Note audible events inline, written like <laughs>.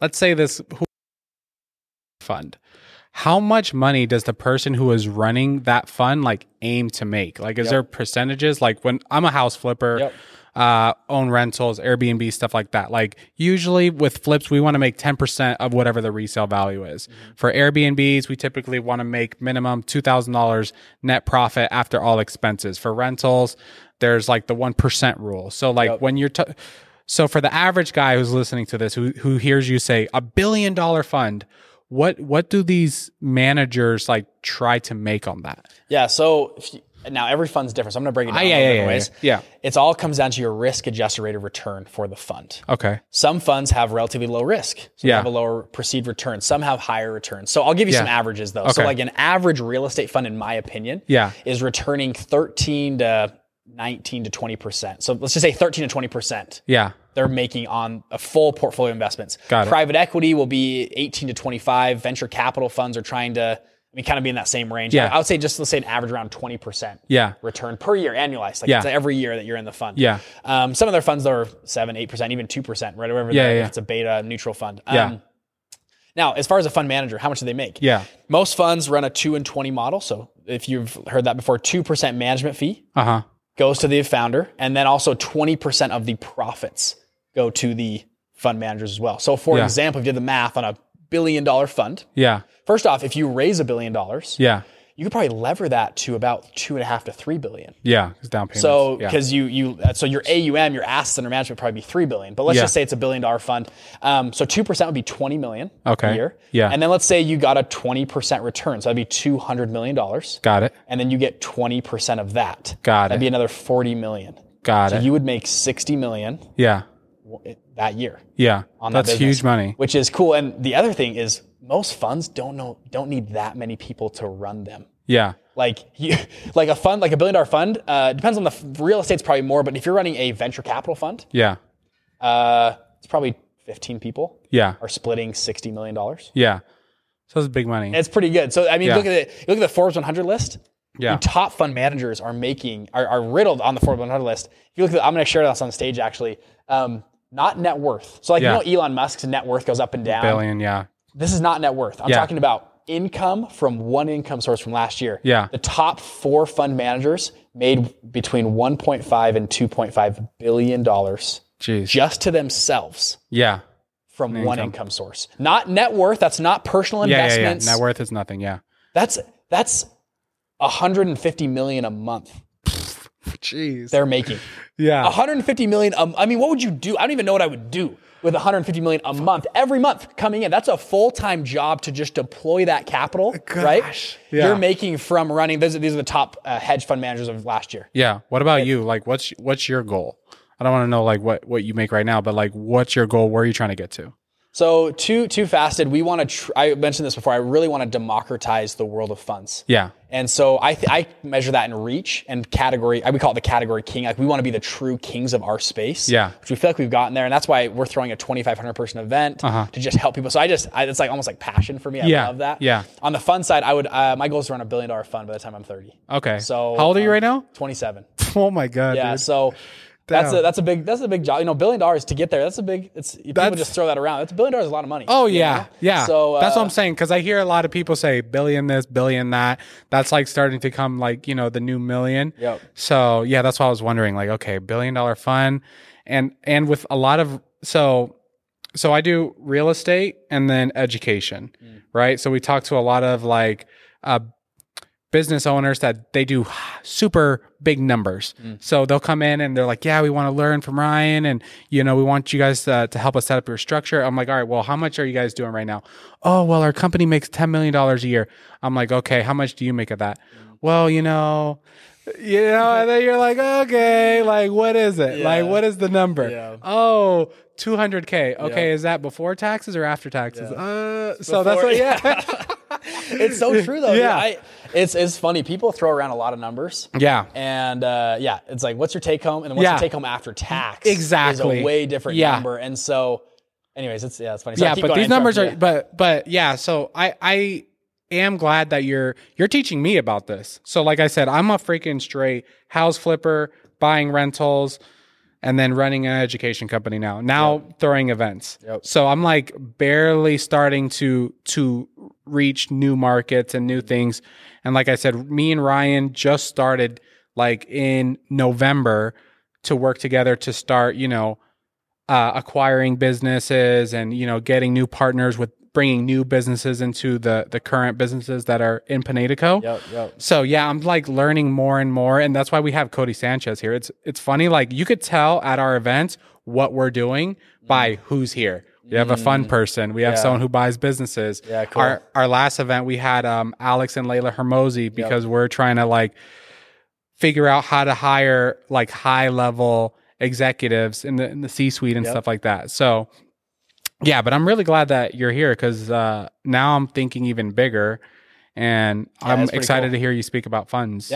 let's say this who- fund. How much money does the person who is running that fund like aim to make? Like, is Yep. there percentages? Like, when I'm a house flipper, Yep. uh, own rentals, Airbnb, stuff like that. Like, usually with flips, we want to make 10% of whatever the resale value is. For Airbnbs, we typically want to make minimum $2,000 net profit after all expenses. For rentals, there's like the 1% rule. So, like, Yep. when you're, t- so for the average guy who's listening to this, who, who hears you say a billion dollar fund, what, what do these managers like try to make on that? Yeah. So if you, now every fund's different. So I'm going to break it down Ah, yeah, in yeah, yeah, different ways. yeah. It's all comes down to your risk adjusted rate of return for the fund. Okay. Some funds have relatively low risk, so they Yeah. have a lower perceived return. Some have higher returns. So I'll give you some Yeah. averages though. So Okay. like an average real estate fund, in my opinion, Yeah. is returning 13 to 19 to 20 percent. So let's just say 13 to 20 percent Yeah. they're making on a full portfolio investments. Got it. Private equity will be 18 to 25. Venture capital funds are trying to, I mean, kind of be in that same range. Yeah. I would say just let's say an average around 20% Yeah. return per year annualized. Like Yeah. it's every year that you're in the fund. Yeah. Um, some of their funds are seven, eight percent, even two percent, right? Wherever Yeah, they're- yeah. if it's a beta neutral fund. Um, Yeah. now, as far as a fund manager, how much do they make? Yeah. Most funds run a two and twenty model. So if you've heard that before, two percent management fee Uh huh. goes to the founder, and then also 20% of the profits go to the fund managers as well. So, for Yeah. example, if you did the math on a billion dollar fund, Yeah. first off, if you raise a billion dollars, Yeah. you could probably lever that to about two and a half to three billion. Yeah. 'cause down payments. So, yeah. because you you uh, so your AUM, your assets under management, would probably be three billion. But let's Yeah. just say it's a billion dollar fund. Um, so two percent would be twenty million a Okay. year. Yeah. And then let's say you got a twenty percent return, so that'd be two hundred million dollars. Got it. And then you get twenty percent of that. Got That'd it. be another forty million. Got So it. you would make 60 million yeah. w- that year. Yeah. on that That's business, huge money. Which is cool. And the other thing is most funds don't know don't need that many people to run them. Yeah. Like <laughs> you, like a fund, like a billion dollar fund, uh, depends on the f- real estate's probably more, but if you're running a venture capital fund, Yeah. uh, it's probably 15 people Yeah. are splitting 60 million dollars. Yeah. So it's big money. It's pretty good. So I mean, Yeah. look at it. You look at the Forbes 100 list. yeah. The top fund managers are making are, are riddled on the Forbes 100 list. If you look at, the, I'm going to share this on stage actually. Um, not net worth. So like Yeah. you know, Elon Musk's net worth goes up and down. Billion. Yeah. This is not net worth. I'm Yeah. talking about income from one income source from last year. Yeah. The top four fund managers made between 1.5 and 2.5 billion dollars Jeez. just to themselves yeah. from one income source. Not net worth. That's not personal Yeah. Yeah. Yeah. investments. Net worth is nothing. Yeah. That's that's 150 million a month Jeez. they're making. Yeah. 150 million. Um, I mean, what would you do? I don't even know what I would do with 150 million a month every month coming in. That's a full time job to just deploy that capital, right? yeah. You're making from running. Those are, these are the top uh, hedge fund managers of last year. Yeah. What about you? Like, what's what's your goal? I don't want to know like what what you make right now, but like, what's your goal? Where are you trying to get to? So too too fasted. We want to. Tr- I mentioned this before. I really want to democratize the world of funds. Yeah. And so I, th- I measure that in reach and category. I, we call it the category king. Like we want to be the true kings of our space. Yeah. Which we feel like we've gotten there. And that's why we're throwing a 2,500 person event to just help people. So I just, I, it's like almost like passion for me. I Uh-huh. Yeah, love that. yeah. On the fun side, I would, uh, my goal is to run a billion dollar fund by the time I'm 30. Okay. So how old are you um, right now? 27. <laughs> Oh my god. Yeah. dude. So that's a, Damn. that's a big, that's a big job. You know, billion dollars to get there. That's a big, it's, people That's- just throw that around. That's a billion dollars is a lot of money. Oh you yeah, know? yeah. So So uh, that's what I'm saying because I hear a lot of people say billion this, billion that. That's like starting to come like you know the new million. Yep. So yeah, that's why I was wondering like okay, billion dollar fund, and and with a lot of so so I do real estate and then education, Mm. right? So we talk to a lot of like uh, business owners that they do super big numbers. Mm. So they'll come in and they're like, "Yeah, we want to learn from Ryan, and you know, we want you guys uh, to help us set up your structure." I'm like, "All right, well, how much are you guys doing right now?" Oh, well, our company makes ten million dollars a year. I'm like, "Okay, how much do you make of that?" Mm. Well, you know. You know, and then you're like, okay, like what is it? Like what is the number? Yeah. Oh, 200k. Okay, is that before taxes or after taxes? Uh, so that's Before- <laughs> what, yeah. it's so true though. Yeah. <laughs> Yeah. I, it's, it's funny. People throw around a lot of numbers. <laughs> yeah. And uh, yeah, it's like, what's your take home? And then what's Yeah. your take home after tax? Is a Exactly. way different Yeah. number. And so, anyways, it's yeah, it's funny. So I yeah, keep but going, these I numbers are interrupt but but yeah, so I I am glad that you're you're teaching me about this. So like I said, I'm a freaking straight house flipper, buying rentals, and then running an education company now. Now throwing events. Yep. So I'm like barely starting to to reach new markets and new things. And like I said, me and Ryan just started like in November to work together to start, you know, uh, acquiring businesses and you know getting new partners with bringing new businesses into the the current businesses that are in Panatico. Yep, yep. So yeah, I'm like learning more and more, and that's why we have Cody Sanchez here. It's it's funny, like you could tell at our events what we're doing Mm. by who's here. We have a fun person. We have someone who buys businesses. Yeah, cool. Our our last event we had um, Alex and Layla Hermosi because we're trying to like figure out how to hire like high level executives in the in the C suite and stuff like that. So yeah, but I'm really glad that you're here because uh, now I'm thinking even bigger, and I'm that's pretty excited cool. to hear you speak about funds. Yeah,